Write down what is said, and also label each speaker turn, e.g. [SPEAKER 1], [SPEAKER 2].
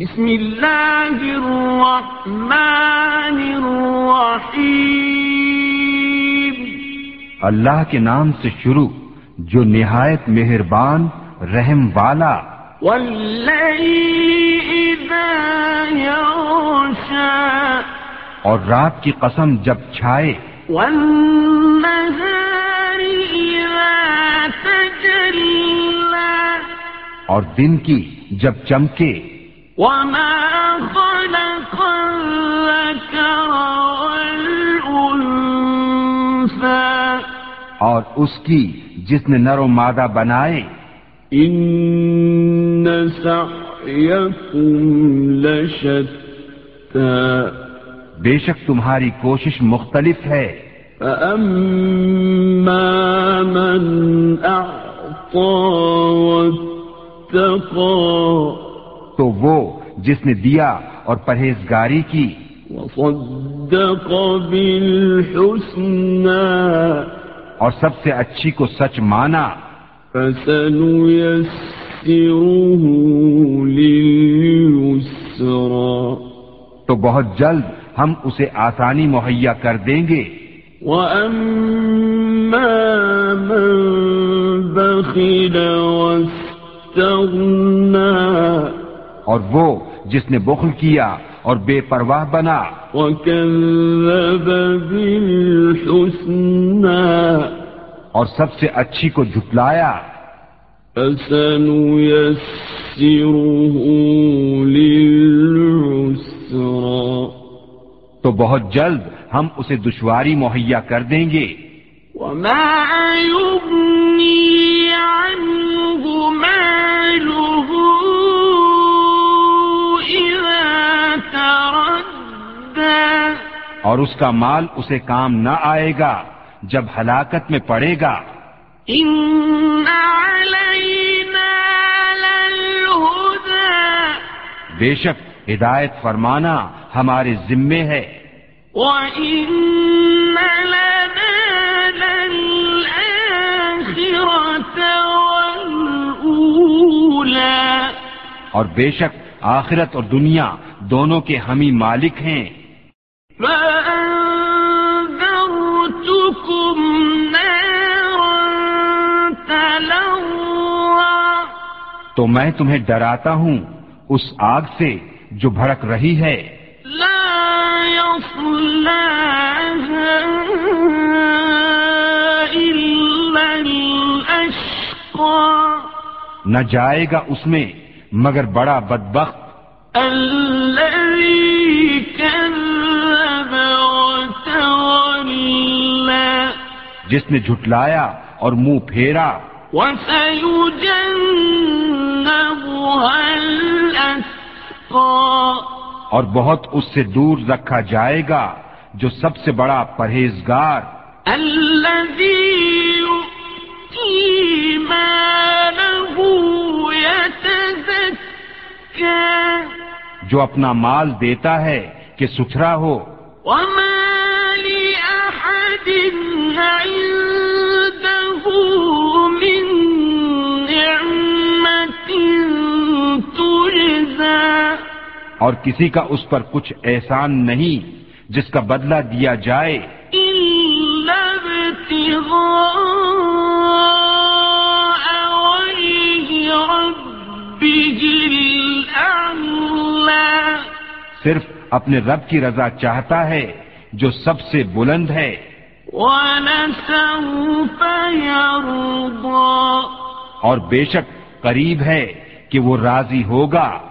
[SPEAKER 1] بسم اللہ الرحمن الرحیم
[SPEAKER 2] اللہ کے نام سے شروع جو نہایت مہربان رحم والا
[SPEAKER 1] واللیل اذا یغشا
[SPEAKER 2] اور رات کی قسم جب چھائے
[SPEAKER 1] والنهار اذا تجلى
[SPEAKER 2] اور دن کی جب چمکے
[SPEAKER 1] وما خلق الذكر والأنثى
[SPEAKER 2] اور اس کی جس نے نر و مادہ بنائے
[SPEAKER 3] إن سعيكم لشتى
[SPEAKER 2] بے شک تمہاری کوشش مختلف ہے
[SPEAKER 3] فأما من أعطى واتقى
[SPEAKER 2] تو وہ جس نے دیا اور پرہیزگاری کی
[SPEAKER 3] وصدق بالحسنى
[SPEAKER 2] اور سب سے اچھی کو سچ مانا
[SPEAKER 3] فسنيسره لليسرى
[SPEAKER 2] تو بہت جلد ہم اسے آسانی مہیا کر دیں گے
[SPEAKER 3] وأما من بخل واستغنى
[SPEAKER 2] اور وہ جس نے بخل کیا اور بے پرواہ بنا
[SPEAKER 3] وكذب بالحسنى
[SPEAKER 2] اور سب سے اچھی کو جھٹلایا
[SPEAKER 3] فسنيسره للعسرى
[SPEAKER 2] تو بہت جلد ہم اسے دشواری مہیا کر دیں گے
[SPEAKER 1] وما يغني عنه ماله إذا تردى
[SPEAKER 2] اور اس کا مال اسے کام نہ آئے گا جب ہلاکت میں پڑے گا
[SPEAKER 1] إن علينا للهدى
[SPEAKER 2] بے شک ہدایت فرمانا ہمارے ذمے ہے
[SPEAKER 1] وإن لنا للآخرة والأولى
[SPEAKER 2] اور بے شک آخرت اور دنیا دونوں کے ہم ہی مالک ہیں
[SPEAKER 1] فأنذرتكم نارا تلوى
[SPEAKER 2] تو میں تمہیں ڈراتا ہوں اس آگ سے جو بھڑک رہی ہے
[SPEAKER 1] لا يصلاها إلا الأشقى
[SPEAKER 2] نہ جائے گا اس میں مگر بڑا بدبخت
[SPEAKER 1] الذي كذب وتولى
[SPEAKER 2] جس نے جھٹلایا اور منہ پھیرا
[SPEAKER 1] وسيجنبها الأتقى
[SPEAKER 2] اور بہت اس سے دور رکھا جائے گا جو سب سے بڑا پرہیزگار
[SPEAKER 1] الذي يؤتي ماله يتزكى
[SPEAKER 2] جو اپنا مال دیتا ہے کہ ستھرا ہو
[SPEAKER 1] وما لأحد عنده من نعمة تجزى
[SPEAKER 2] اور کسی کا اس پر کچھ احسان نہیں جس کا بدلہ دیا جائے
[SPEAKER 1] إلا ابتغاء وجه ربه الأعلى
[SPEAKER 2] صرف اپنے رب کی رضا چاہتا ہے جو سب سے بلند ہے
[SPEAKER 1] ولسوف يرضى
[SPEAKER 2] اور بے شک قریب ہے کہ وہ راضی ہوگا